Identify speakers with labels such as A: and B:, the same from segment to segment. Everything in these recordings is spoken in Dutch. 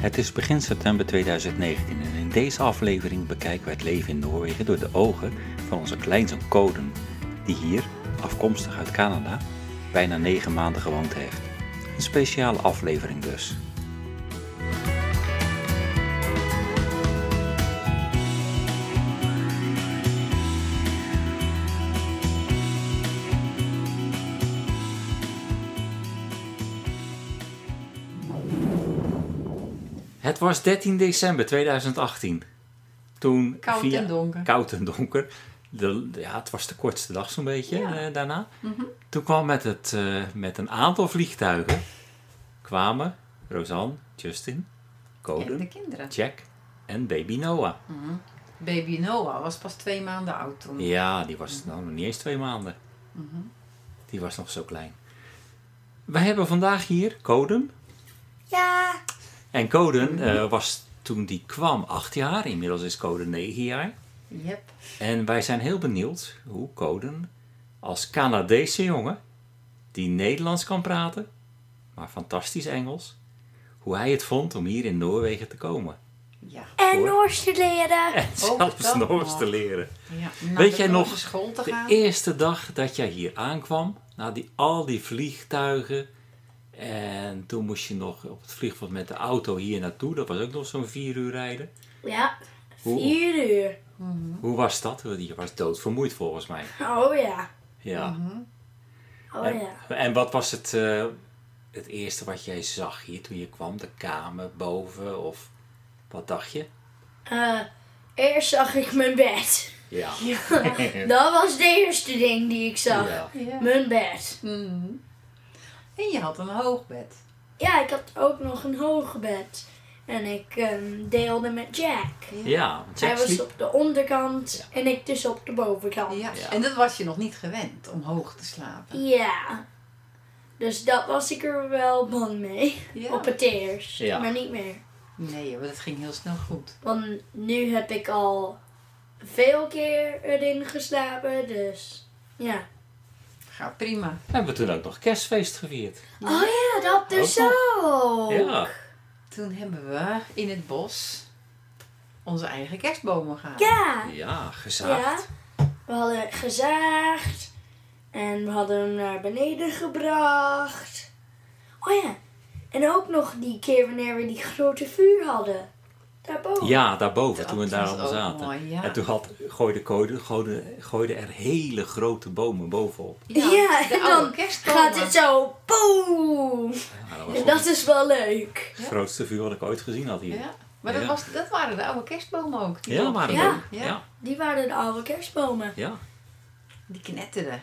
A: Het is begin september 2019 en in deze aflevering bekijken we het leven in Noorwegen door de ogen van onze kleinzoon Coden, die hier, afkomstig uit Canada, bijna negen maanden gewoond heeft. Een speciale aflevering dus. Het was 13 december 2018. Toen
B: Koud
A: via,
B: en donker.
A: Koud en donker. De, ja, het was de kortste dag zo'n beetje
B: Ja. Mhm.
A: eh, daarna. Toen kwam met, het, eh, met een aantal vliegtuigen... kwamen Rosanne, Justin,
B: En de
A: Coden,
B: kinderen.
A: Jack en baby Noah.
B: Baby Noah was pas twee maanden oud toen.
A: Ja, die was nou nog niet eens twee maanden. Die was nog zo klein. Wij hebben vandaag hier Coden.
C: Ja,
A: En Coden eh, was toen die kwam acht jaar. Inmiddels is Coden negen jaar.
B: Yep.
A: En wij zijn heel benieuwd hoe Coden als Canadese jongen... die Nederlands kan praten, maar fantastisch Engels... hoe hij het vond om hier in Noorwegen te komen.
B: Ja.
C: en
A: Hoor. Eh.
C: Noors te leren.
A: En zelfs
B: dat
A: Noors
B: nog.
A: te leren.
B: ja. Naar
A: Weet
B: de
A: jij nog
B: grote school te
A: De
B: gaan?
A: eerste dag dat jij hier aankwam, na die, al die vliegtuigen. En toen moest je nog op het vliegveld met de auto hier naartoe. Dat was ook nog zo'n vier uur rijden.
C: Ja,
A: Hoe?
C: vier uur.
B: Mhm.
A: Hoe was dat? Want Je was doodvermoeid volgens mij.
C: Oh ja,
A: Ja.
B: Mhm.
C: oh
A: En,
C: ja.
A: en wat was het, eh, het eerste wat jij zag hier toen je kwam? De kamer boven of wat dacht je?
C: Eh, eerst zag ik mijn bed.
A: Ja.
C: Dat was het eerste ding die ik zag.
A: Ja.
B: Ja.
C: Mijn bed.
B: Mhm. En je had een hoogbed.
C: Ja, ik had ook nog een hoog bed. En ik ehm, deelde met Jack.
A: Ja, want
C: Hij
A: Jack
C: was
A: sliep.
C: op de onderkant en ik dus op de bovenkant.
B: Ja.
A: Ja.
B: En dat was je nog niet gewend om hoog te slapen.
C: Ja. Dus dat was ik er wel bang mee.
B: Ja.
C: Op het eerst.
A: Ja.
C: Maar niet meer.
B: Nee, maar dat ging heel snel goed.
C: Want nu heb ik al veel keer erin geslapen, dus ja.
B: Gaat prima.
A: Hebben we toen ook nog kerstfeest gevierd?
C: Oh ja, dat dus
A: Ook
C: ook.
A: Oh. Ja.
B: Toen hebben we in het bos onze eigen kerstbomen gehaald.
C: Ja.
A: Ja,
C: Ja.
A: gezaagd.
C: We hadden gezaagd en we hadden hem naar beneden gebracht. Oh ja, en ook nog die keer wanneer we die grote vuur hadden. Daarboven.
A: Ja, daarboven,
B: Dat
A: toen we daar
B: was
A: allemaal
B: ook
A: zaten.
B: mooi, ja.
A: En toen had, gooide, code, gooide, gooide er hele grote bomen bovenop.
C: Ja,
B: de
C: en
B: oude
C: dan
B: kerstbomen.
C: Gaat het zo, boom!
A: Ja, dat was
C: En
A: wel
C: dat is wel leuk.
A: het grootste vuur wat ik ooit gezien had hier. Ja,
B: Ja. Maar dat,
A: Ja.
B: was, dat waren de oude kerstbomen ook. die
A: ja maar
B: opgingen.
A: ja.
C: Ja.
A: Ja. ja,
C: Die waren de oude kerstbomen.
B: Die knetterden.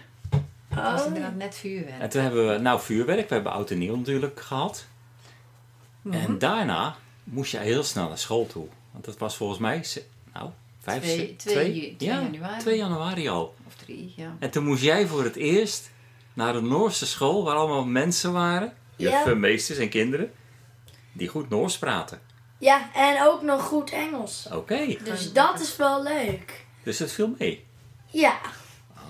B: Dat was
C: Oh.
B: inderdaad net vuurwerk.
A: En toen hebben we, nou vuurwerk, we hebben oud en nieuw natuurlijk gehad.
B: Mhm.
A: En daarna moest je heel snel naar school toe. Want dat was volgens mij, ze- nou, 5,
B: Twee- twee ju- twee
A: ja,
B: januari.
A: 2 januari al.
B: Of drie, ja.
A: En toen moest jij voor het eerst naar een Noorse school waar allemaal mensen waren.
C: Ja.
A: Juffen, meesters en kinderen. Die goed Noors praten.
C: Ja, en ook nog goed Engels.
A: Oké,
C: Dus dat is wel leuk.
A: dus dat viel mee.
C: Ja,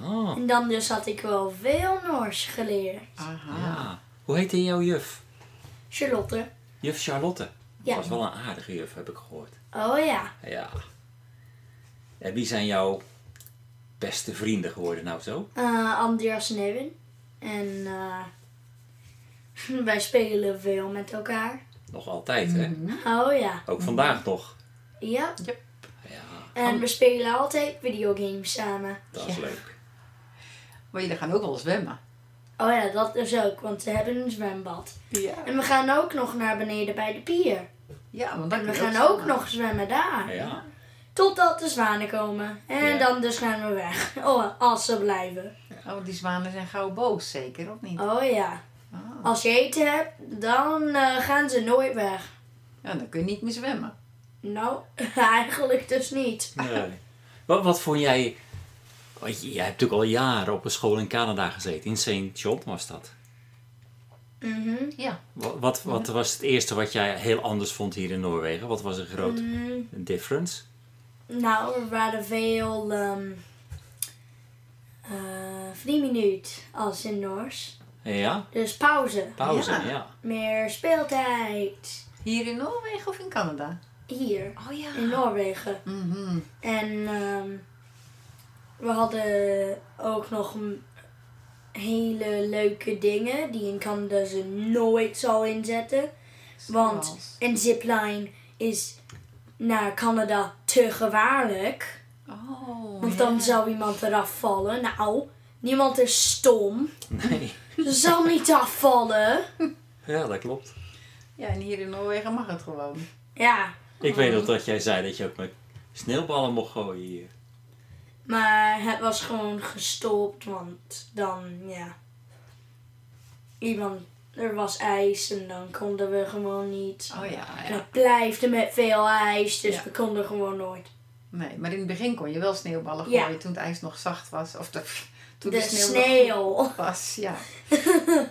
A: Ah,
C: en dan dus had ik wel veel Noors geleerd.
B: Aha.
A: ja. ah. Hoe heette jouw juf?
C: Charlotte.
A: Juf Charlotte. Dat
C: Ja.
A: was wel een aardige juf, heb ik gehoord.
C: Oh ja.
A: Ja. En wie zijn jouw beste vrienden geworden nou zo?
C: Eh, Andreas en Evan. En eh, wij spelen veel met elkaar.
A: Nog altijd, hè?
C: Oh ja.
A: Ook vandaag nog.
C: Ja.
A: Ja,
C: En we spelen altijd videogames samen.
A: dat is leuk.
B: Maar jullie gaan ook wel zwemmen.
C: Oh ja, dat dus ook, want we hebben een zwembad.
B: Ja.
C: En we gaan ook nog naar beneden bij de pier.
B: Ja, want dan
C: En we
B: kun je
C: gaan ook
B: zwemmen.
C: nog zwemmen daar.
A: Ja.
C: Totdat de zwanen komen. En
A: Ja.
C: dan dus gaan we weg. Oh, als ze blijven.
B: Oh, die zwanen zijn gauw boos, zeker, of niet?
C: Oh ja.
B: Ah.
C: Als je eten hebt, dan eh, gaan ze nooit weg.
B: Ja, dan kun je niet meer zwemmen.
C: Nou, eigenlijk dus niet.
A: Nee. Wat, wat vond jij... want j- Jij hebt natuurlijk al jaren op een school in Canada gezeten. In St. John was dat.
C: Mhm.
B: Ja.
A: Wat, wat, wat was het eerste wat jij heel anders vond hier in Noorwegen? Wat was een grote
C: Mm,
A: difference?
C: nou, er waren veel ehm eh, drie minuut als in Noors.
A: Ja,
C: Dus pauze.
A: pauze,
B: Ja.
A: ja.
C: Meer speeltijd.
B: Hier in Noorwegen of in Canada?
C: Hier,
B: Oh ja.
C: in Noorwegen.
B: Mhm.
C: En ehm, we hadden ook nog een hele leuke dingen die in Canada ze nooit zal inzetten. Want-
B: Zoals-
C: En zipline is naar Canada te gevaarlijk.
B: Oh,
C: Want dan
B: ja.
C: zou iemand eraf vallen. Nou, niemand is stom.
A: Nee.
C: Ze zal niet afvallen.
A: Ja, dat klopt.
B: Ja, en hier in Noorwegen mag het gewoon.
C: Ja,
A: Ik weet nog dat jij zei dat je ook met sneeuwballen mocht gooien hier.
C: maar het was gewoon gestopt. Want dan, ja. Iemand, er was ijs en dan konden we gewoon niet.
B: Oh ja,
C: En
B: ja.
C: het blijft er met veel ijs, dus
B: Ja.
C: we konden gewoon nooit.
B: Nee, maar in het begin kon je wel sneeuwballen
C: Ja.
B: gooien toen het ijs nog zacht was. Of de, toen de,
C: De
B: sneeuw, nog
C: sneeuw.
B: goed was, ja.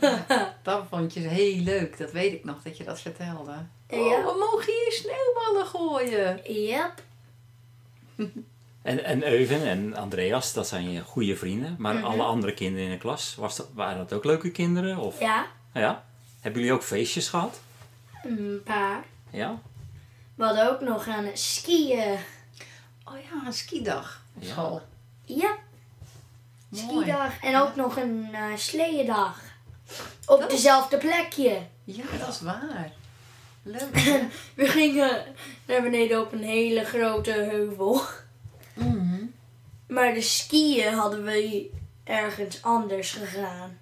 B: ja. Dat vond je heel leuk, dat weet ik nog, dat je dat vertelde.
C: Ja.
B: Oh, we mogen hier sneeuwballen gooien.
C: Yep.
A: En, en Euven en Andreas, dat zijn je goede vrienden. Maar
C: Mhm.
A: alle andere kinderen in de klas, was dat, waren dat ook leuke kinderen? Of, ja.
C: Ja,
A: Hebben jullie ook feestjes gehad?
C: een paar.
A: Ja.
C: We hadden ook nog aan het skiën.
B: Oh ja, een skidag op
A: Ja.
B: school.
C: Yep.
B: Mooi.
C: Skidag. En ook nog een eh sleeëndag. Op
B: Oh.
C: dezelfde plekje.
B: Ja, dat is waar. Leuk. hè?
C: We gingen naar beneden op een hele grote heuvel.
B: Mhm.
C: Maar de skiën hadden we ergens anders gegaan.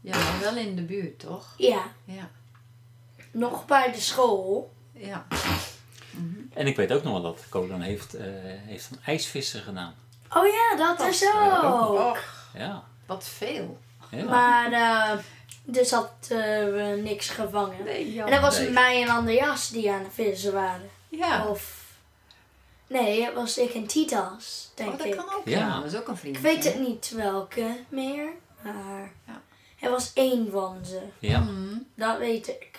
B: Ja, maar wel in de buurt, toch?
C: Ja,
B: Ja.
C: nog bij de school.
B: Ja.
A: En ik weet ook nog wel dat Colan heeft, eh, heeft een ijsvissen gedaan.
C: Oh ja, dat
B: Dat
C: is
A: eh, ook
C: ook.
A: Ja.
B: Wat veel.
A: ja.
C: Maar eh, dus had eh, we niks gevangen.
B: Nee,
C: En dat was
A: Nee.
C: mij en Andreas die aan het vissen waren.
B: Ja. Oh,
C: Of... Nee, het was ik en Titas, denk
B: Oh, dat
C: ik.
B: kan ook.
A: Ja.
B: Ja. dat is ook een vriend.
C: Ik weet het niet welke meer, maar...
B: Ja.
C: Er was één van ze,
A: ja.
B: Mhm.
C: dat weet ik.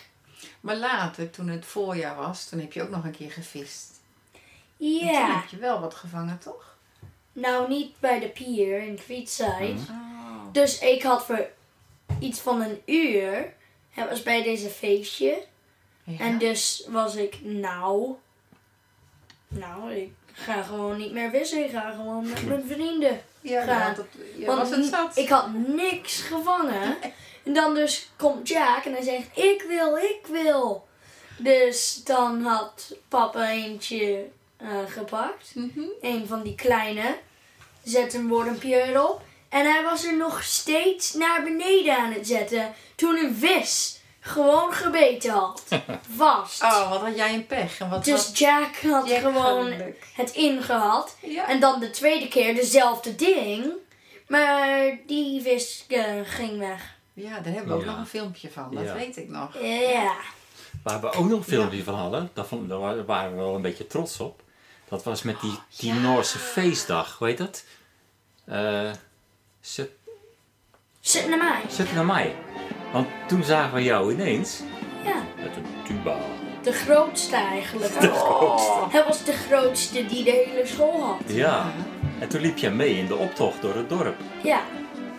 B: Maar later, toen het voorjaar was, toen heb je ook nog een keer gevist. En Toen
C: Ja,
B: heb je wel wat gevangen, toch?
C: nou niet bij de pier in Creedside.
A: Mhm.
B: Oh.
C: Dus ik had voor iets van een uur... Het was bij deze feestje.
B: Ja.
C: En dus was ik, nou, nou, ik ga gewoon niet meer vissen. Ik ga gewoon met mijn vrienden.
B: ja, je
C: Ja.
B: had het, je
C: Want
B: was het
C: ni-
B: zat.
C: Ik had niks gevangen. En dan dus komt Jack en hij zegt, ik wil, ik wil. Dus dan had papa eentje eh, gepakt.
B: Mhm.
C: Een van die kleine. Zet een wormpje erop. En hij was er nog steeds naar beneden aan het zetten. Toen een vis gewoon gebeten had. Vast.
B: Oh, wat had jij een pech. En wat
C: Dus
B: was
C: Jack had
B: Jack
C: gewoon
B: geluk.
C: het ingehad.
B: Ja.
C: En dan de tweede keer dezelfde ding. Maar die vis eh, ging weg.
B: ja, daar hebben we ook
A: Ja.
B: nog een filmpje van. Dat
A: Ja.
B: weet ik nog.
C: Ja.
A: Waar we ook nog een filmpje van hadden, daar, vond- daar wa- waren we wel een beetje trots op. Dat was met die, die
B: ja.
A: Noorse feestdag, hoe heet dat? Eh Sut-
C: Zit naar mij.
A: Zet naar mij. Want toen zagen we jou ineens
C: Ja.
A: met een tuba.
C: De grootste eigenlijk.
B: Oh.
C: Hij was de grootste die de hele school had.
A: Ja. En toen liep jij mee in de optocht door het dorp.
C: Ja.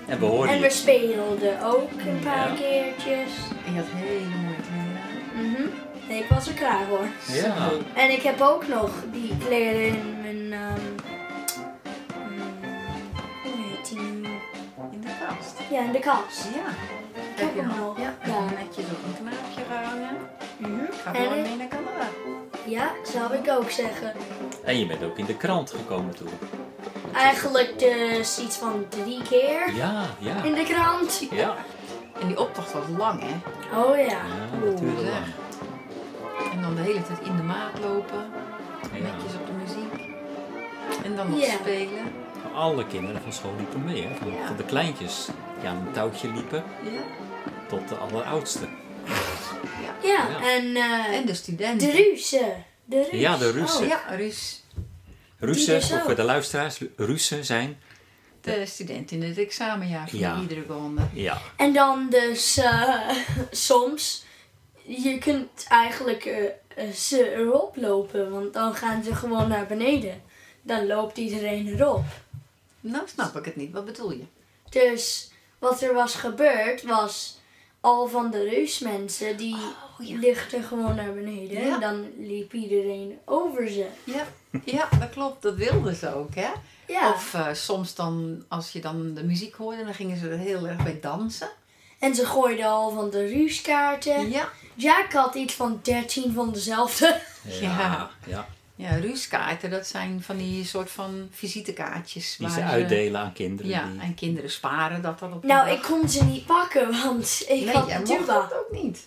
A: En we hoorden
C: En we
A: je.
C: speelden ook een paar
A: Oh, Ja.
C: keertjes.
B: En je had hele mooie kleren aan.
C: Mhm. Nee, ik was er klaar voor.
A: Ja.
B: Zo.
C: En ik heb ook nog die kleren in mijn... ehm, mm, hoe heet die?
B: In de kast.
C: Ja, in de kast.
B: Ja.
C: heb
B: je
C: hem
B: nog-
C: nog.
B: Ja.
C: Ja.
B: En netjes op een knaapje gehangen.
C: Mhm.
B: Ik ga
C: En
B: gewoon
C: ik-
B: mee naar Canada.
C: Ja, zou ik ook zeggen.
A: En je bent ook in de krant gekomen toen.
C: Eigenlijk dus iets van drie keer
A: Ja, ja.
C: in de krant.
A: Ja.
B: En die optocht was lang, hè?
C: Oh ja.
A: Ja, dat duurde
B: Oeh,
A: lang.
B: En dan de hele tijd in de maat lopen.
A: Ja.
B: Netjes op de muziek. En dan nog
C: Ja.
B: spelen.
A: Alle kinderen van school liepen mee, hè? Van,
B: Ja.
A: van de kleintjes die aan een touwtje liepen
B: Ja.
A: tot de alleroudste.
C: Ja, en eh
B: En de studenten.
C: de Russen. De Russen.
A: Ja, de Russen.
B: Oh ja, Ruus.
A: Russen,
C: dus
A: voor,
C: ook.
A: voor de luisteraars, Russen zijn.
B: De student in het examenjaar van
A: Ja.
B: iedere ronde.
A: Ja.
C: En dan dus eh, soms, je kunt eigenlijk eh, eh, ze erop lopen, want dan gaan ze gewoon naar beneden. Dan loopt iedereen erop.
B: Nou snap ik het niet. Wat bedoel je?
C: Dus wat er was gebeurd was, al van de reusmensen, die lichten gewoon naar beneden.
B: Ja.
C: En dan liep iedereen over ze.
B: Ja, ja, dat klopt. Dat wilden ze ook, hè?
C: Ja.
B: Of eh, soms dan, als je dan de muziek hoorde, dan gingen ze er heel erg bij dansen.
C: En ze gooiden al van de ruuskaarten.
B: Ja,
C: Jack had iets van 13 van dezelfde.
B: Ja.
A: ja.
B: ja ruuskaarten, dat zijn van die soort van visitekaartjes.
A: Die
B: waar
A: ze uitdelen aan kinderen.
B: Ja,
A: die-
B: en kinderen sparen dat dan op de
C: Nou,
B: dag.
C: ik kon ze niet pakken, want ik
B: nee,
C: had
B: jij
C: een
B: mocht
C: tuba.
B: dat ook niet.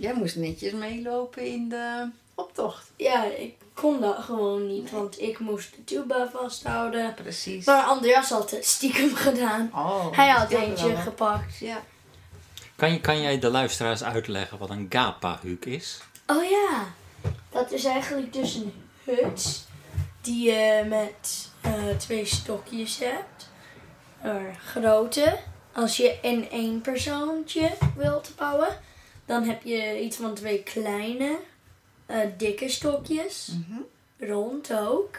B: Jij moest netjes meelopen in de optocht.
C: Ja, ik kon dat gewoon niet, want ik moest de tuba vasthouden.
B: Precies.
C: Maar Andreas had het stiekem gedaan.
B: Oh,
C: Hij had
B: dat scheelde
C: eentje
B: wel.
C: gepakt.
B: Ja.
A: Kan, je, kan jij de luisteraars uitleggen wat een gapahuk is?
C: Oh ja, dat is eigenlijk dus een hut die je met eh, twee stokjes hebt. Er grote. Als je in één persoontje wilt bouwen, dan heb je iets van twee kleine, eh, dikke stokjes.
B: Mhm.
C: Rond ook.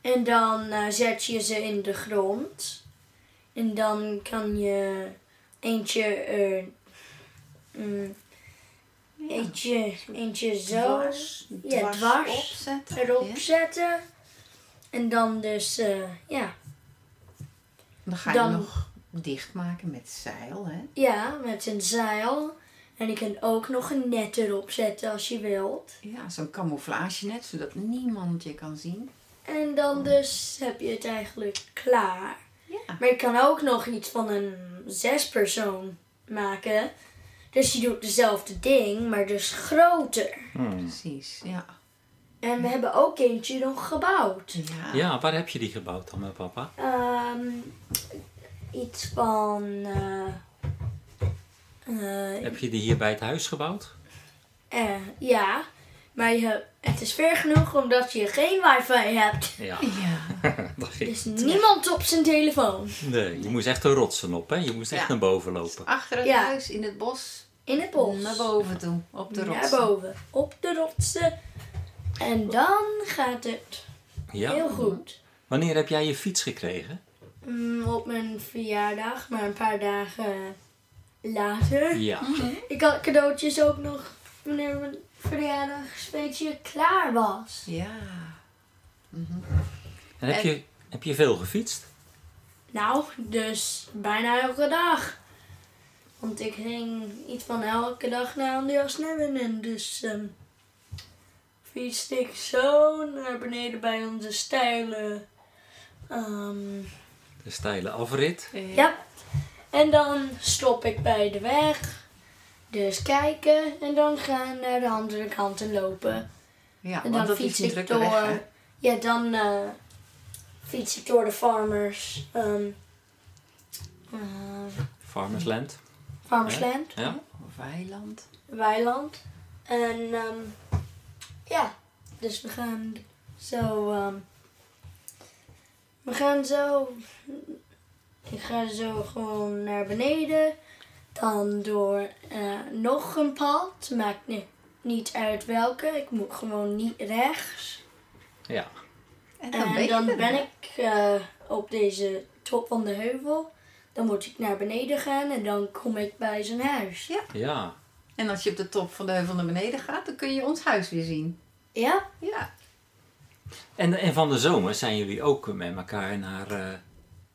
C: En dan eh, zet je ze in de grond. En dan kan je eentje eh, mm, Eentje, eentje zo
B: Dwars,
C: ja,
B: dwars
C: dwars
B: opzetten.
C: erop
B: Ja.
C: zetten. En dan dus, eh, ja.
B: Dan ga je
C: Dan-
B: nog dichtmaken met zeil, hè?
C: ja, met een zeil. En je kunt ook nog een net erop zetten als je wilt.
B: Ja, zo'n camouflage net, zodat niemand je kan zien.
C: En dan dus heb je het eigenlijk klaar.
B: Ja.
C: Maar je kan ook nog iets van een zespersoon maken. Dus je doet dezelfde ding, maar dus groter.
B: Precies, ja.
C: En we hebben ook eentje nog gebouwd.
B: Ja,
A: Ja, waar heb je die gebouwd dan met papa?
C: Ehm, iets van. eh, eh,
A: Heb je die hier bij het huis gebouwd?
C: eh, ja, maar je, hebt- het is ver genoeg omdat je geen wifi hebt.
A: Ja,
B: ja.
A: dat ging.
C: Dus niemand op zijn telefoon.
A: Nee, je moest echt de rotsen op, hè? Je moest echt
B: Ja.
A: naar boven lopen.
B: Achter het
C: Ja.
B: huis, in het bos,
C: In het bos.
B: naar boven toe, op de rots.
C: Naar boven. Op de rotsen. En dan gaat het heel
A: Ja.
C: goed.
A: Wanneer heb jij je fiets gekregen?
C: Mm, op mijn verjaardag, maar een paar dagen later.
A: Ja.
C: Ik had cadeautjes ook nog wanneer mijn verjaardagsfeestje klaar was.
B: Ja, Mhm.
A: En heb je, heb je veel gefietst?
C: Nou, dus bijna elke dag. Want ik ging iets van elke dag naar Andreas Nevin. En dus ehm fietste ik zo naar beneden bij onze steile. ehm,
A: De steile afrit.
B: Eh,
C: ja. En dan stop ik bij de weg. Dus kijken en dan gaan naar de andere kant en lopen.
B: ja
C: En
B: want
C: dan
B: dat
C: fiets
B: is een
C: ik
B: drukke
C: door.
B: weg, hè?
C: ja, dan eh, fiets ik door de farmers. ehm, eh,
A: Farmersland.
C: farmersland.
A: Ja.
B: Of eiland.
C: weiland. En ehm, ja, dus we gaan zo. ehm, we gaan zo. Ik ga zo gewoon naar beneden. Dan door eh, nog een pad. Maakt ni- niet uit welke. Ik moet gewoon niet rechts.
A: Ja.
B: En dan, ben,
C: En
B: je
C: dan
B: er,
C: ben
B: hè?
C: ik eh, op deze top van de heuvel. Dan moet ik naar beneden gaan en dan kom ik bij zijn huis.
A: Ja.
B: En als je op de top van de heuvel naar beneden gaat, dan kun je ons huis weer zien.
C: Ja?
B: Ja.
A: En, en van de zomer zijn jullie ook met elkaar naar eh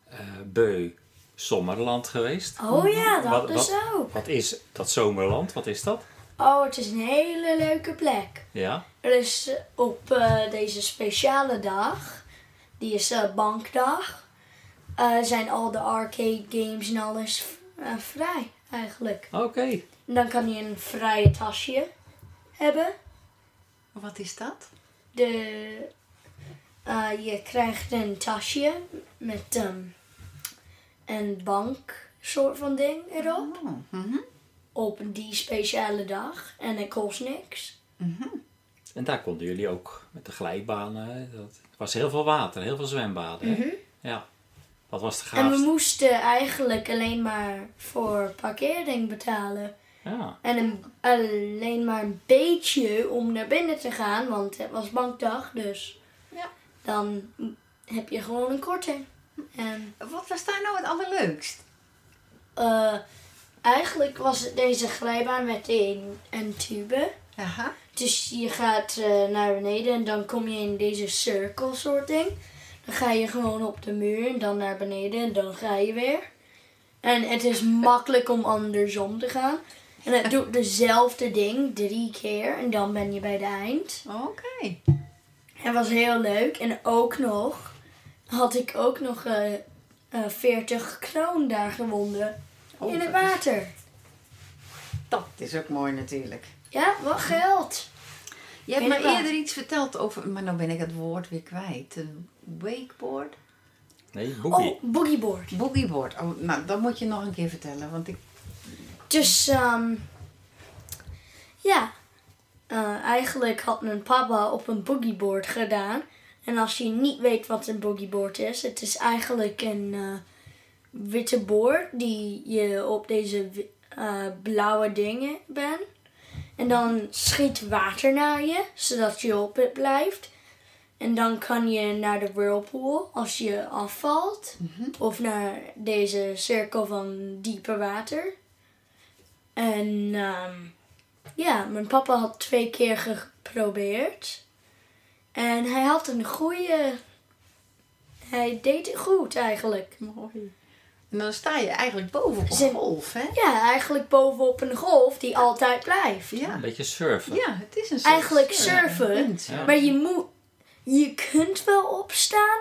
A: eh, Beu Sommerland geweest.
C: Oh ja, dat
A: Hm, Wat-
C: dus ook.
A: Wat is dat zomerland? Wat is dat?
C: Oh, het is een hele leuke plek.
A: Ja.
C: Er is eh, op eh, deze speciale dag, die is eh, bankdag, eh, zijn al de arcade games en alles eh, vrij eigenlijk.
A: Oké.
C: En dan kan je een vrije tasje hebben.
B: Wat is dat?
C: De, eh, je krijgt een tasje met ehm, een bank soort van ding erop.
B: Oh, mhm.
C: Op die speciale dag. En het kost niks.
A: En daar konden jullie ook met de glijbanen. Dat het was heel veel water, heel veel zwembaden. hè? Ja. Dat was de
C: Mhm. En we
A: gaafste.
C: moesten eigenlijk alleen maar voor parkering betalen.
A: Ja.
C: En een, alleen maar een beetje om naar binnen te gaan, want het was bankdag. Dus
B: Ja.
C: dan heb je gewoon een korting. En
B: Wat was daar nou het allerleukst?
C: eh, Eigenlijk was het deze glijbaan met een, een tube.
B: Aha.
C: Dus je gaat eh, naar beneden en dan kom je in deze cirkel soort ding. Dan ga je gewoon op de muur en dan naar beneden en dan ga je weer. En het is makkelijk om andersom te gaan. En het doet dezelfde ding drie keer en dan ben je bij de eind.
B: Oké.
C: Het was heel leuk en ook nog had ik ook nog eh, eh, 40 kroon daar gewonnen.
B: Oh,
C: in het
B: dat is-
C: water.
B: Dat is ook mooi natuurlijk.
C: Ja, wat geld.
B: Je hebt
C: In
B: me
C: het water.
B: eerder iets verteld over, maar nou ben ik het woord weer kwijt. Een wakeboard?
A: Nee, boekie.
C: Oh, boogieboard.
B: Boogieboard. Oh, nou, dat moet je nog een keer vertellen, want ik...
C: Dus, ehm ja. Eh, eigenlijk had mijn papa op een boogieboard gedaan. En als je niet weet wat een boogieboard is, het is eigenlijk een eh, witte board die je op deze wi- eh, blauwe dingen bent. En dan schiet water naar je, zodat je op het blijft. En dan kan je naar de whirlpool als je afvalt. Of naar deze cirkel van dieper water. En ehm, ja, mijn papa had twee keer geprobeerd. En hij had een goede. Hij deed het goed eigenlijk.
B: Mooi. En dan sta je eigenlijk boven op een
C: Zin-
B: golf, hè?
C: Ja, eigenlijk bovenop een golf die altijd blijft.
B: Ja.
A: Een beetje surfen.
B: Ja, het is een soort
C: Eigenlijk
B: surfen.
C: surfen.
B: Windsurfen.
C: Maar je moet. Je kunt wel opstaan,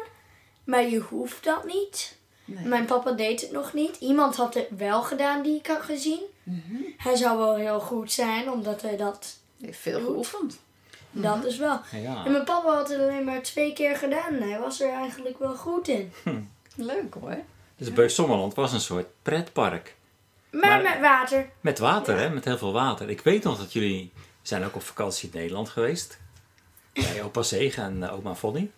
C: maar je hoeft dat niet.
B: Nee.
C: Mijn papa deed het nog niet. Iemand had het wel gedaan die ik had gezien.
B: Mhm.
C: Hij zou wel heel goed zijn, omdat hij dat.
B: Je hebt Veel geoefend. Mhm.
C: Dat is wel.
B: Ah.
A: Ja.
C: En mijn papa had het alleen maar twee keer gedaan. en Hij was er eigenlijk wel goed in.
B: Leuk hoor.
A: Dus Beus Sommerland was een soort pretpark.
C: Maar,
A: Maar-
C: met water.
A: Met water, hè? Met heel veel water. Ik weet nog dat jullie zijn ook op vakantie in Nederland geweest. Bij opa Zegen en eh, oma Fonny.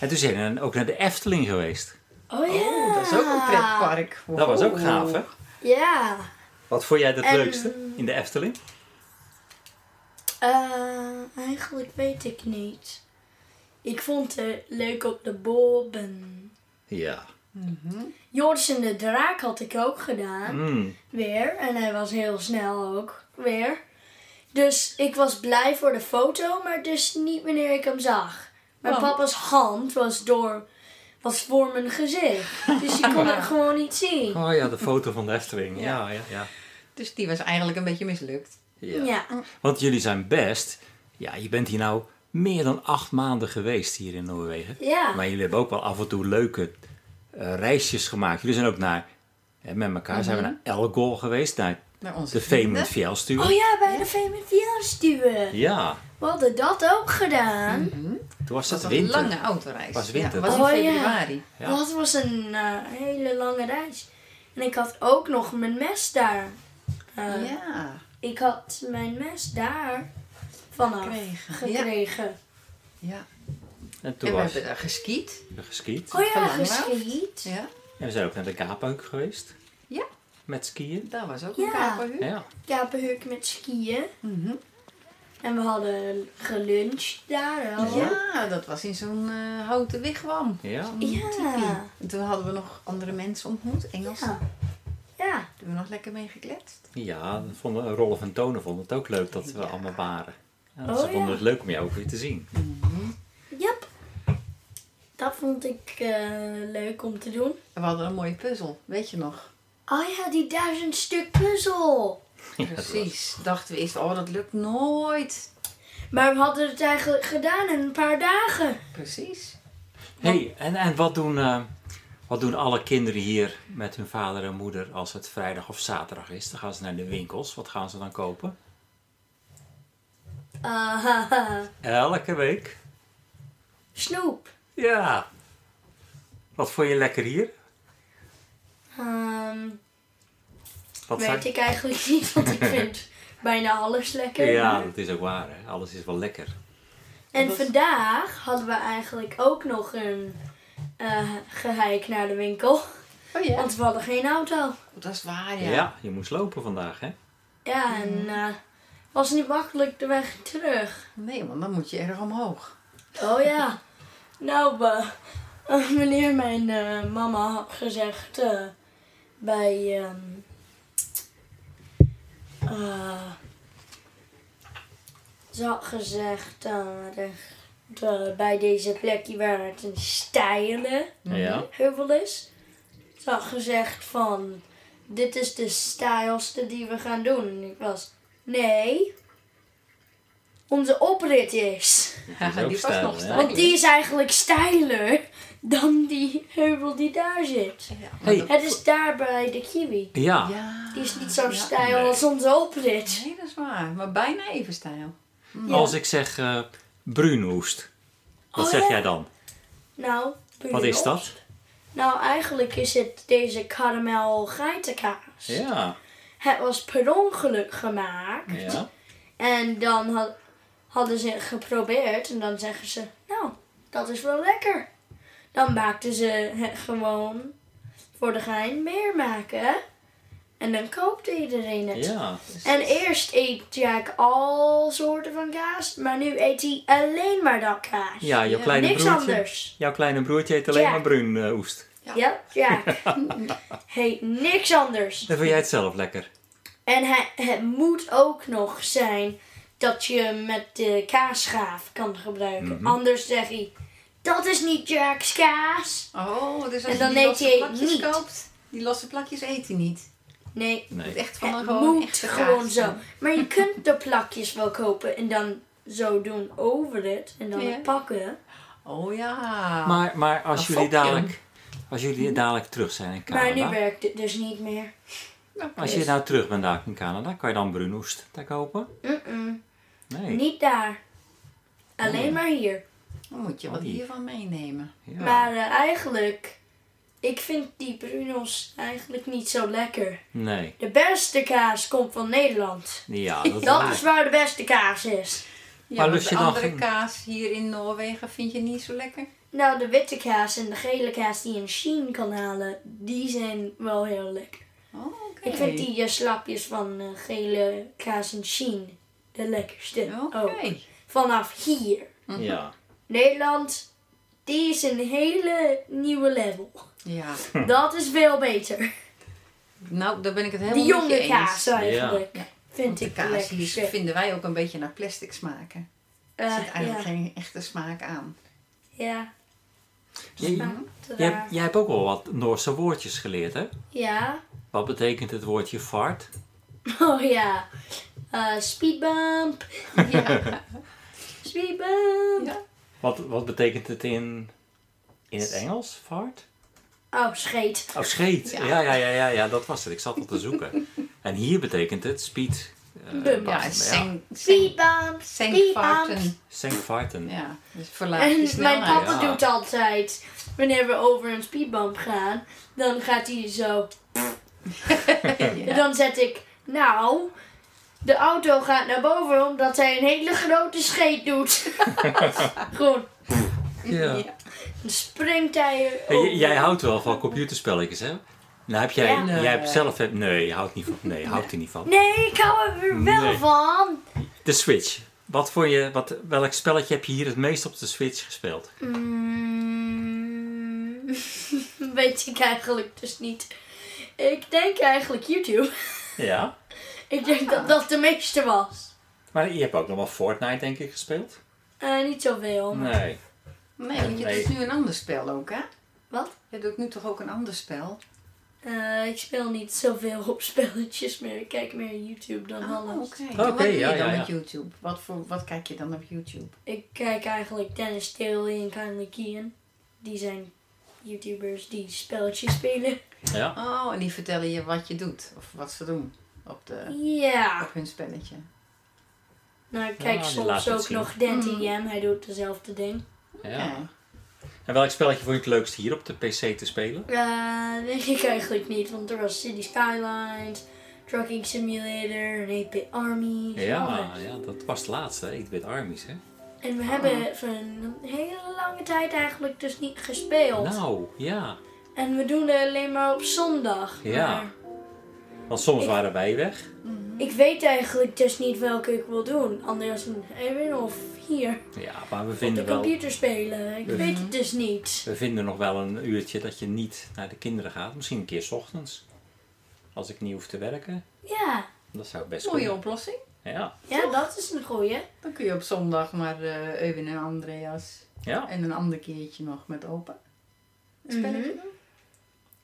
A: En toen zijn we ook naar de Efteling geweest.
C: Oh ja.
B: Oh, dat is ook een pretpark.
A: Dat was ook
B: Wow.
A: gaaf, hè?
C: Ja.
A: Wat vond jij het
C: En-
A: leukste in de Efteling?
C: Eh, eigenlijk weet ik niet. Ik vond het leuk op de bob en...
A: Ja.
C: Joris en de draak had ik ook gedaan.
A: Mm.
C: Weer. En hij was heel snel ook. Weer. Dus ik was blij voor de foto, maar dus niet wanneer ik hem zag. Mijn
B: Want?
C: papa's hand was door... Was voor mijn gezicht. Dus ik kon het gewoon niet zien.
A: Oh ja, de foto van de Efteling. Ja, ja, ja.
B: Dus die was eigenlijk een beetje mislukt.
A: ja.
C: ja.
A: Want jullie zijn best... Ja, je bent hier nou meer dan acht maanden geweest hier in Noorwegen.
C: Ja.
A: Maar jullie hebben ook wel af en toe leuke eh, reisjes gemaakt. Jullie zijn ook naar... Hè, met elkaar zijn we naar Elgol geweest. Naar
B: Naar onze
A: de
B: vrienden.
A: Veemund Fjellstuur.
C: Oh ja, bij de VMVL-stuwen.
A: Ja,
C: We hadden dat ook gedaan.
A: Mhm, toen was
B: Dat
A: het
B: was een
A: winter.
B: lange autoreis.
A: Was winter.
B: Ja, was in
C: Oh, ja.
B: februari.
A: Ja.
C: Dat was een eh, hele lange reis. En ik had ook nog mijn mes daar. Eh,
B: Ja,
C: Ik had mijn mes daar vanaf
B: Gekregen.
C: gekregen.
B: ja.
A: En toen
B: En we
A: was
B: hebben daar geskiet.
A: er geskiet.
C: Oh ja,
B: Verlanglauf.
C: geschiet.
B: Ja,
A: En we zijn ook naar de Kaapheuk geweest.
B: Ja.
A: Met skiën.
B: daar was ook
C: Ja.
B: een kaperhuur.
A: Ja.
C: Kapenhuk met skiën.
B: Mhm.
C: En we hadden geluncht daar al.
B: Ja, dat was in zo'n eh, houten wigwam.
A: Ja.
B: Zo'n
C: Ja.
B: tipi. En toen hadden we nog andere mensen ontmoet, Engelsen.
C: Ja. Ja.
B: Toen hebben we nog lekker mee gekletst.
A: Ja, dat vonden, Rolf en Tonen vonden het ook leuk dat we
B: Ja.
A: allemaal waren. Ja,
C: Oh,
A: ze vonden
C: ja.
A: het leuk om jou ook weer te zien.
C: Yep. Dat vond ik eh, leuk om te doen.
B: En we hadden een mooie puzzel, weet je nog?
C: Oh ja, die duizend stuk puzzel.
B: Precies. Dachten we eerst, oh dat lukt nooit.
C: Maar we hadden het eigenlijk gedaan in een paar dagen.
B: Precies.
A: hey, en, en wat, doen, eh, wat doen alle kinderen hier met hun vader en moeder als het vrijdag of zaterdag is? Dan gaan ze naar de winkels. Wat gaan ze dan kopen?
C: Ah, haha.
A: Elke week.
C: Snoep.
A: Ja. Wat vond je lekker hier?
C: Ehm,
A: Wat
C: weet
A: zijn-
C: ik eigenlijk niet, want ik vind bijna alles lekker.
A: Ja, dat is ook waar. Hè? Alles is wel lekker.
C: En
B: Dat-
C: vandaag hadden we eigenlijk ook nog een eh geheik naar de winkel.
B: Oh ja.
C: Want we hadden geen auto.
B: dat is waar,
A: Ja.
B: ja.
A: je moest lopen vandaag, hè?
C: Ja, en eh, was niet makkelijk de weg terug.
B: Nee, want dan moet je erg omhoog.
C: Oh ja. nou, eh, eh, meneer, mijn eh, mama had gezegd eh, bij ehm, eh, ze had gezegd eh, de- de- bij deze plekje waar het een steile
A: Ja.
C: heuvel is. Ze had gezegd van, dit is de stijlste die we gaan doen. En ik was, nee, onze oprit is.
A: Dat is ook
B: die was
A: stijl,
B: nog
A: hè?
B: stijl.
C: Want die is eigenlijk steiler dan die heuvel die daar zit.
B: Ja.
A: Hey.
B: maar dat-
C: Het is daar bij de kiwi.
A: Ja.
B: ja.
C: Die is niet zo
B: Ja.
C: stijl
A: Nee.
C: als onze oprit.
B: Nee, dat is waar. Maar bijna even stijl.
A: Als ik zeg eh bruinhoest, wat
C: Oh,
A: zeg
C: ja.
A: jij dan?
C: Nou, puur
A: Wat is
C: op.
A: dat?
C: Nou, eigenlijk is het deze karamel geitenkaas.
A: Ja.
C: Het was per ongeluk gemaakt.
A: ja.
C: En dan had- hadden ze het geprobeerd en dan zeggen ze, nou, dat is wel lekker. Dan maakten ze het gewoon voor de gein meer maken. En dan koopte iedereen het.
A: Ja.
C: En eerst eet Jack al soorten van kaas, maar nu eet hij alleen maar dat kaas.
A: Ja, jouw
B: Ja.
A: kleine
C: Niks
A: broertje.
C: anders.
A: Jouw kleine broertje heet alleen
C: Ja.
A: maar bruinhoest.
C: Ja, Jack. Heet niks anders.
A: Dan vind jij het zelf lekker.
C: En hij, het moet ook nog zijn dat je hem met de kaasschaaf kan gebruiken.
A: Mhm.
C: Anders zeg hij, dat is niet Jack's kaas.
B: Oh, dus als
C: En dan
B: je die
C: eet
B: losse
C: hij
B: plakjes
C: niet.
B: koopt, die losse plakjes eet hij niet.
C: Nee,
B: Het
A: Nee.
B: echt van een
C: het
B: gewoon
C: moet
B: echte
C: gewoon
B: kaas.
C: zo. Maar je kunt de plakjes wel kopen en dan zo doen over het en dan
B: Ja.
C: het pakken.
B: Oh ja.
A: Maar, maar als,
B: Een
A: jullie
B: fokje.
A: dadelijk, als jullie dadelijk terug zijn in
C: Mhm. Maar nu
A: Canada.
C: werkt het dus niet meer.
B: Oké.
A: als je nou terug bent daar in Canada, kan je dan bruinhoest daar kopen?
C: Mm-mm.
A: Nee.
C: Niet daar. Alleen maar hier.
B: Dan moet je Oh, wat
A: Oei.
B: hiervan meenemen.
A: Ja.
C: Maar eh, eigenlijk, ik vind die Bruno's eigenlijk niet zo lekker.
A: Nee.
C: De beste kaas komt van Nederland.
A: Ja,
B: Ah,
A: dat,
C: Dat is waar de beste kaas is.
B: Ja,
A: Maar
B: maar
A: lust
B: de
A: je dan
B: andere
A: geen-
B: kaas hier in Noorwegen vind je niet zo lekker?
C: Nou, de witte kaas en de gele kaas die je in China kan halen, die zijn wel heel lekker.
B: Oh, oké.
C: Ik vind die eh, slapjes van eh, gele kaas in China de lekkerste.
B: Oké.
C: ook. Vanaf hier.
A: Ja.
C: Nederland, die is een hele nieuwe level.
B: Ja.
C: Dat is veel beter.
B: Nou, daar ben ik het helemaal
C: Die
B: niet met je
C: jonge
B: eens.
C: kaas eigenlijk.
B: Ja.
C: Vind
B: De
C: ik
B: kaas
C: lekker.
B: hier vinden wij ook een beetje naar plastic smaken. Er zit eigenlijk
C: Eh, ja,
B: geen echte smaak aan.
C: ja,
A: Je,
C: smaakt
A: je
C: raar.
A: hebt, jij hebt ook wel wat Noorse woordjes geleerd, hè?
C: Ja.
A: Wat betekent het woordje fart?
C: Oh ja. Eh speedbump.
B: Ja.
C: Speedbump.
B: Ja.
A: Wat, wat betekent het in, in het Engels, fart?
C: Oh, scheet.
A: Oh, scheet. Ja.
B: Ja.
A: Ja, ja, ja, ja, dat was het. Ik zat al te zoeken. en hier betekent het speed. eh,
C: Bump.
B: Ja,
A: ja.
B: en zeng, zeng,
C: Speedbump. Speedbump.
B: zengvarten.
A: Senkvarten.
B: Ja, dus verlaag je
C: En mijn
B: snelheid.
C: papa
A: ja.
C: doet altijd, wanneer we over een speedbump gaan, dan gaat hij zo. En
B: Ja.
C: dan zet ik, nou, de auto gaat naar boven omdat hij een hele grote scheet doet. Gewoon,
A: Ja.
C: dan springt hij
A: Hey, j-
C: over.
A: jij houdt wel van computerspelletjes, hè? Nou, heb jij,
C: Ja.
A: jij hebt
B: Nee.
A: zelf... hebt- Nee, je houdt niet van. Nee, je houdt er niet van.
C: Nee, ik hou er weer wel
A: Nee.
C: van.
A: De Switch. Wat voor je, wat, welk spelletje heb je hier het meest op de Switch gespeeld?
C: Mm, weet ik eigenlijk dus niet. Ik denk eigenlijk YouTube.
A: Ja.
C: Ik denk dat dat de meeste was.
A: Maar je hebt ook nog wel Fortnite, denk ik, gespeeld?
C: Eh, niet zoveel. maar-
A: Nee.
B: Nee, want je
A: Nee.
B: doet nu een ander spel ook, hè?
C: Wat?
B: Je doet nu toch ook een ander spel?
C: Eh, ik speel niet zoveel op spelletjes meer. Ik kijk meer YouTube dan
B: Ah,
C: alles.
B: Oké,
A: Oh, Oké,
B: En wat doe je
A: ja,
B: dan
A: ja,
B: met
A: ja.
B: YouTube? Wat, voor, wat kijk je dan op YouTube?
C: Ik kijk eigenlijk Dennis Daly en Kindly Kian. Die zijn YouTubers die spelletjes spelen.
A: Ja.
B: Oh, en die vertellen je wat je doet. Of wat ze doen op, de,
C: Ja.
B: op hun spelletje.
C: Nou, ik kijk
A: die laat
C: soms
A: het
C: ook
A: zien.
C: nog Danty Jam. Hij doet dezelfde ding.
B: Ja.
A: En welk spelletje vond je het leukst hier op de PC te spelen?
C: Eh, weet ik eigenlijk niet, want er was City Skylines, Trucking Simulator, een 8-bit Army.
A: Ja, ja, dat was het laatste, hè? 8-bit Armies, hè?
C: En we
A: Oh.
C: hebben voor een hele lange tijd eigenlijk dus niet gespeeld.
A: Nou, ja.
C: En we doen het alleen maar op zondag.
A: Ja.
C: Maar
A: Want soms waren wij weg.
C: ik weet eigenlijk dus niet welke ik wil doen. Anders een Erin of hier.
A: Ja, maar we
C: Op de
A: vinden wel... Mhm.
C: computer spelen. Ik weet het dus niet.
A: We vinden nog wel een uurtje dat je niet naar de kinderen gaat. Misschien een keer 's ochtends. Als ik niet hoef te werken.
C: Ja.
A: Dat zou best
B: Mooie
A: kunnen.
B: oplossing.
A: Ja,
C: Ja, dat is een goeie.
B: Dan kun je op zondag maar eh Euwen en Andreas
A: ja.
B: en een ander keertje nog met Mhm. opa. een Spelletje doen.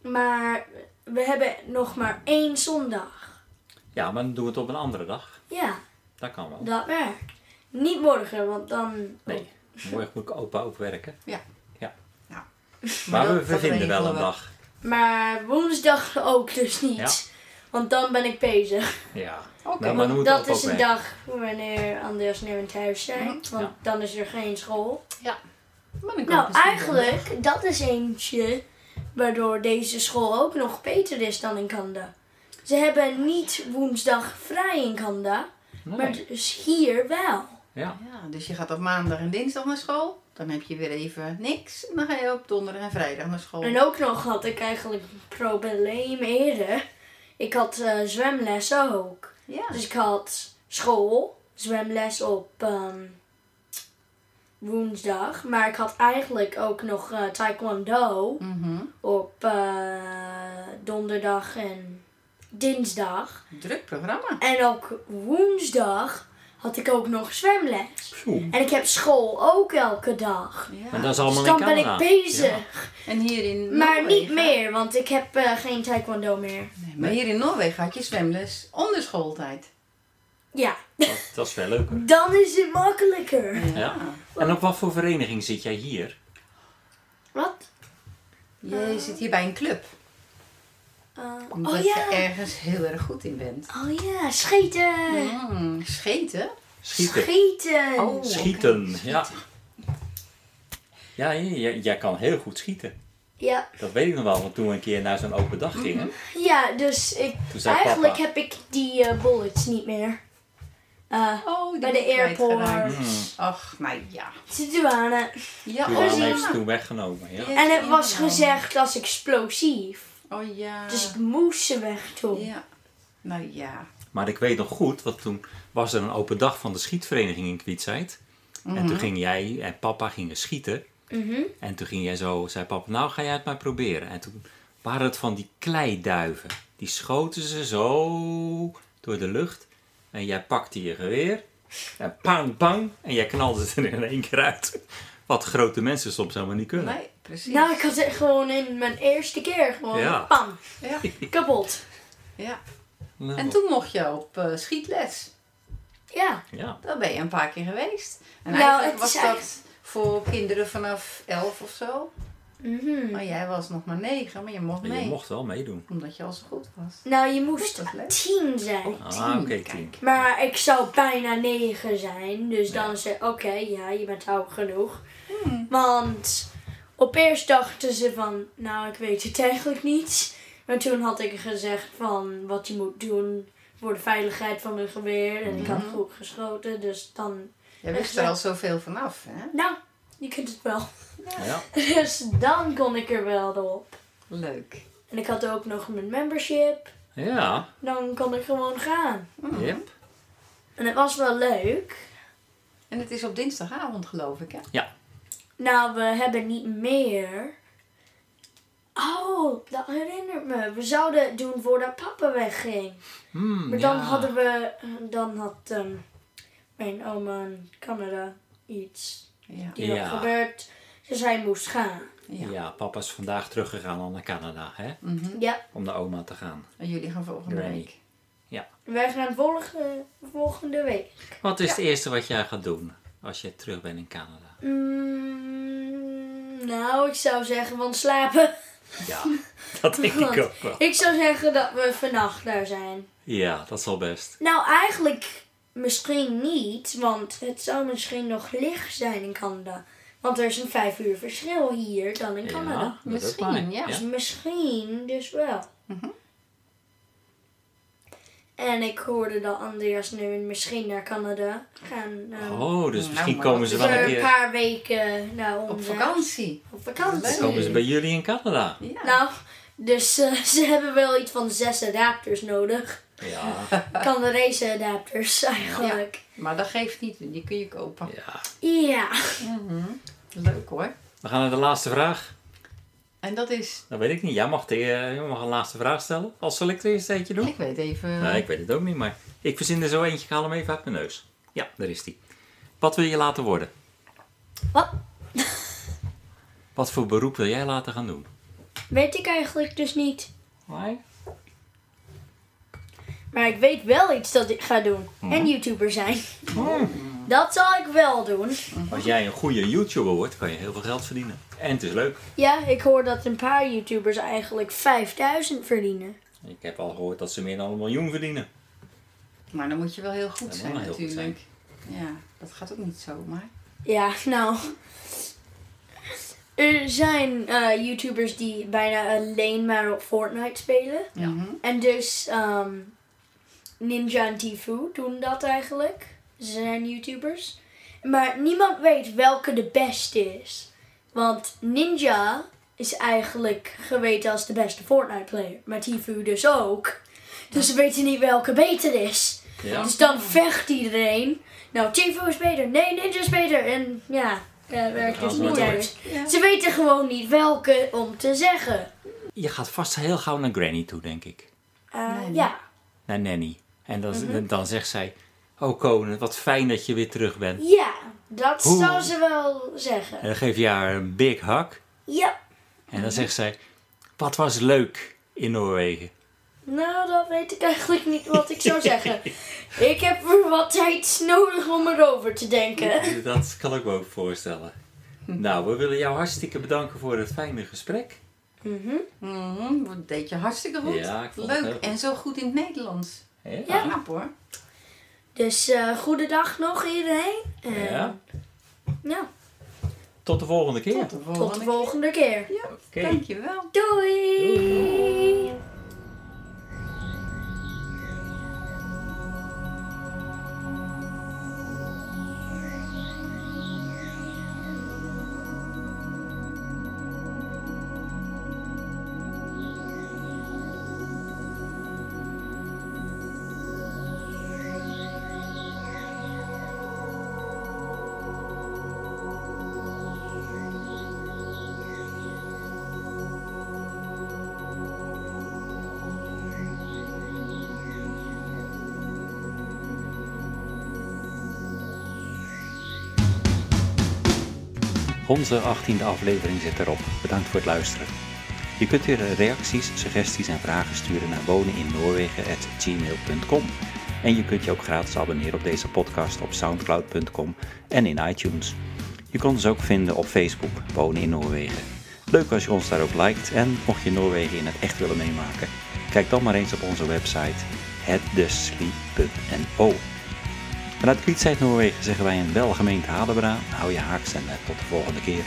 C: Maar we hebben nog maar één zondag.
A: ja, maar dan doen we het op een andere dag.
C: Ja,
A: Dat kan wel.
C: dat werkt. Niet morgen, want dan...
A: Nee, morgen moet ik opa ook werken.
B: dat-
A: Maar we
B: dat
A: vervinden wel
B: regelen
A: een
B: we.
A: dag.
C: Maar woensdag ook dus niet. Want dan ben ik bezig.
A: Ja.
B: Oké.
A: Nou, maar dan moet
C: dat
A: opa
C: is
A: ook
C: een
A: werken.
C: dag wanneer Anders en Erwin thuis zijn. Want
A: Ja.
C: dan is er geen school.
B: Maar dan kan het
C: Nou,
B: misschien
C: eigenlijk, dat is eentje waardoor deze school ook nog beter is dan in Canada. Ze hebben niet woensdag vrij in Canada, maar
A: Nee.
C: dus hier wel.
A: Ja.
B: wel. Ja, dus je gaat op maandag en dinsdag naar school. Dan heb je weer even niks. En dan ga je op donderdag en vrijdag naar
A: Oh.
B: school.
C: En ook nog had ik eigenlijk een probleem eerder. Ik had eh, zwemles ook.
B: Ja.
C: Dus ik had school, zwemles op ehm, woensdag. Maar ik had eigenlijk ook nog eh, taekwondo.
B: Mhm.
C: op eh, donderdag en dinsdag.
B: Druk programma.
C: En ook woensdag had ik ook nog zwemles.
A: Pjoe.
C: En ik heb school ook elke dag.
B: Ja.
A: Maar dat is
C: Dus
A: allemaal
C: dan
A: in
C: ben
A: Canada.
C: ik bezig.
B: En hier in
C: Maar
B: Noorwegen-
C: niet meer, want ik heb eh, geen taekwondo meer.
B: Nee, maar hier in Noorwegen had je zwemles onder schooltijd.
C: Ja,
A: Ja, dat, dat is wel leuker.
C: dan is het makkelijker.
A: Ja. En op wat voor vereniging zit jij hier?
C: Wat?
B: Je zit hier bij een club.
C: Eh,
B: Omdat
C: oh ja,
B: je ergens heel erg goed in bent.
C: oh ja, schieten.
B: Mm, scheten?
A: Schieten.
C: Schieten.
B: Oh.
A: Schieten, ja. Ja, j- j- jij kan heel goed schieten.
C: Ja,
A: Dat weet ik nog wel, want toen we een keer naar zo'n open dag gingen,
C: ja, dus ik,
A: toen zei
C: eigenlijk
A: papa...
C: heb ik die eh, bullets niet meer. Eh,
B: Oh, die
C: Bij de
B: ben ik
C: airport.
B: kwijtgeraakt.
A: Mm.
B: Ach, nou ja.
C: Douane.
B: Ja,
A: Toen
B: oh,
A: waren
B: ja.
A: heeft ze toen weggenomen, ja.
C: En het was gezegd als explosief.
B: Oh ja.
C: Dus ik moest ze wegdoen.
B: Ja. Nou ja.
A: Maar ik weet nog goed, want toen was er een open dag van de schietvereniging in Kwietzijd. En
B: Mhm.
A: toen ging jij en papa gingen schieten. En toen ging jij zo, zei papa, nou ga jij het maar proberen. En toen waren het van die kleiduiven. Die schoten ze zo door de lucht. En jij pakte je geweer. En pang, pang. En jij knalde het er in één keer uit. Wat grote mensen soms helemaal niet kunnen.
B: Nee, precies.
C: Nou, ik had het gewoon in mijn eerste keer gewoon
A: Ja.
C: pam,
B: Ja,
C: kapot.
B: ja.
A: Nou,
B: En toen mocht je op eh, schietles.
C: Ja,
A: Ja,
B: Daar ben je een paar keer geweest. En
C: Nou,
B: eigenlijk
C: het
B: was
C: is
B: dat
C: echt-
B: voor kinderen vanaf elf of zo.
C: mhm.
B: Maar jij was nog maar negen, maar je mocht
A: en
B: mee.
A: je mocht wel meedoen.
B: Omdat je al zo goed was.
C: nou je moest
B: Dat is leuk. Oh.
C: tien zijn.
A: Ah, oké,
B: Tien,
A: tien.
B: kijk.
C: Maar ik zou bijna negen zijn. Dus dan zei oké, ja, je bent oud genoeg. Want op eerst dachten ze van, nou, ik weet het eigenlijk niet. Maar toen had ik gezegd van wat je moet doen voor de veiligheid van mijn geweer. En ik had goed geschoten, dus dan...
B: Jij wist er al zoveel vanaf, hè?
C: Nou, je kunt het wel.
A: Ja.
C: Dus dan kon ik er wel op.
B: Leuk.
C: En ik had ook nog mijn membership.
A: Ja,
C: Dan kon ik gewoon gaan.
B: Mhm.
A: yep.
C: En het was wel leuk.
B: En het is op dinsdagavond, geloof ik, hè?
C: Nou, we hebben niet meer. Oh, dat herinnert me. We zouden het doen voordat papa wegging.
A: Hmm,
C: Maar dan
A: ja.
C: hadden we. Dan had ehm, mijn oma in Canada iets
B: Ja.
C: die
A: Ja.
C: had gebeurd. Dus hij moest gaan.
B: Ja.
A: Ja. Mm. papa is vandaag teruggegaan al naar Canada, hè?
B: Mhm.
C: Ja,
A: Om naar oma te gaan.
B: En jullie gaan volgende
A: Granny.
B: week.
C: wij gaan volgende, volgende week.
A: Wat is het eerste wat jij gaat doen als je terug bent in Canada?
C: Mm, nou, ik zou zeggen van slapen.
A: Ja, dat denk ik ook wel.
C: Ik zou zeggen dat we vannacht daar zijn.
A: Ja, dat zal best.
C: Nou, eigenlijk misschien niet, want het zou misschien nog licht zijn in Canada. Want er is een vijf uur verschil hier dan in Canada.
A: Ja, dat is ook
B: Misschien,
A: waar.
B: ja.
C: Dus misschien dus wel.
A: Mhm.
C: En ik hoorde dat Andreas nu misschien naar Canada gaan. eh,
A: Oh, dus
B: Nou,
A: misschien
B: maar
A: komen
B: dat
A: ze
B: is
A: wel
C: voor
A: een
C: een
A: keer...
C: paar weken naar ons.
B: Op vakantie.
C: Op vakantie.
B: Leuk.
A: Komen ze bij jullie in Canada?
B: Ja.
C: Nou, dus eh, ze hebben wel iets van zes adapters nodig.
A: Ja.
C: Canadese adapters eigenlijk.
B: Maar dat geeft niet, die kun je kopen. Mhm.
A: ja.
C: Ja.
B: Leuk hoor.
A: We gaan naar de laatste vraag.
B: En dat is...
A: Dat weet ik niet. Jij mag, de, eh, je mag een laatste vraag stellen. Als selecteur eerst eentje doen.
B: Ik weet even...
A: Nou, ik weet het ook niet, maar ik verzin er zo eentje. Ik haal hem even uit mijn neus. Ja, daar is die. Wat wil je laten worden?
C: Wat?
A: Wat voor beroep wil jij laten gaan doen?
C: Weet ik eigenlijk dus niet.
A: Nee.
C: Maar ik weet wel iets dat ik ga doen. En YouTuber zijn. Dat zal ik wel doen.
A: Als jij een goede YouTuber wordt, kan je heel veel geld verdienen. En het is leuk.
C: Ja, ik hoor dat een paar YouTubers eigenlijk 5000 verdienen.
A: Ik heb al gehoord dat ze meer dan een miljoen verdienen.
B: Maar dan moet je wel heel goed
A: Dat moet
B: zijn
A: wel heel goed
B: natuurlijk. Ja, dat gaat ook niet zomaar.
C: Ja, nou. Er zijn eh, YouTubers die bijna alleen maar op Fortnite spelen.
B: Ja.
C: En dus ehm, Ninja en Tfue doen dat eigenlijk. Ze zijn YouTubers. Maar niemand weet welke de beste is. Want Ninja is eigenlijk geweten als de beste Fortnite player. Maar Tfue dus ook. Dus ze weten niet welke beter is.
A: Ja.
C: Dus dan vecht iedereen. Nou, Tfue is beter. Nee, Ninja is beter. En ja, dat werkt
A: gaan
C: dus
A: ze
C: niet
A: nooit.
C: uit. Ze weten gewoon niet welke om te zeggen.
A: Je gaat vast heel gauw naar Granny toe, denk ik.
C: Eh,
B: Nee, nee.
C: ja.
A: Naar Nanny. En dan, dan zegt zij... Oh Konen, wat fijn dat je weer terug bent.
C: Ja, dat
A: Hoe-
C: zou ze wel zeggen.
A: En dan geef je haar een big hug.
C: Ja,
A: En dan zegt zij... Wat was leuk in Noorwegen.
C: nou dat weet ik eigenlijk niet wat ik zou zeggen. Ik heb er wat tijd nodig om erover te denken.
A: Dat kan ik me ook voorstellen. Nou, we willen jou hartstikke bedanken voor het fijne gesprek.
B: Mhm, Dat deed je hartstikke goed.
A: Ja, ik vond het
B: Leuk.
A: heel goed.
B: En zo goed in het Nederlands.
A: Ja.
B: Knap hoor.
C: Dus eh goedendag nog iedereen. En,
A: Ja.
C: ja,
A: Tot de volgende keer.
B: Tot de
C: tot de
B: volgende.
C: volgende keer.
B: Ja,
A: Oké.
B: dankjewel.
C: Doei.
D: Onze 18e aflevering zit erop. Bedankt voor het luisteren. Je kunt weer reacties, suggesties en vragen sturen naar woneninnoorwegen.gmail.com En je kunt je ook gratis abonneren op deze podcast op soundcloud.com en in iTunes. Je kunt ons ook vinden op Facebook, Wonen in Noorwegen. Leuk als je ons daar ook liked en mocht je Noorwegen in het echt willen meemaken, kijk dan maar eens op onze website hetdeslie.no. Vanuit Krietzeit Noorwegen zeggen wij een welgemeend halebra. Hou je haaks en eh, tot de volgende keer.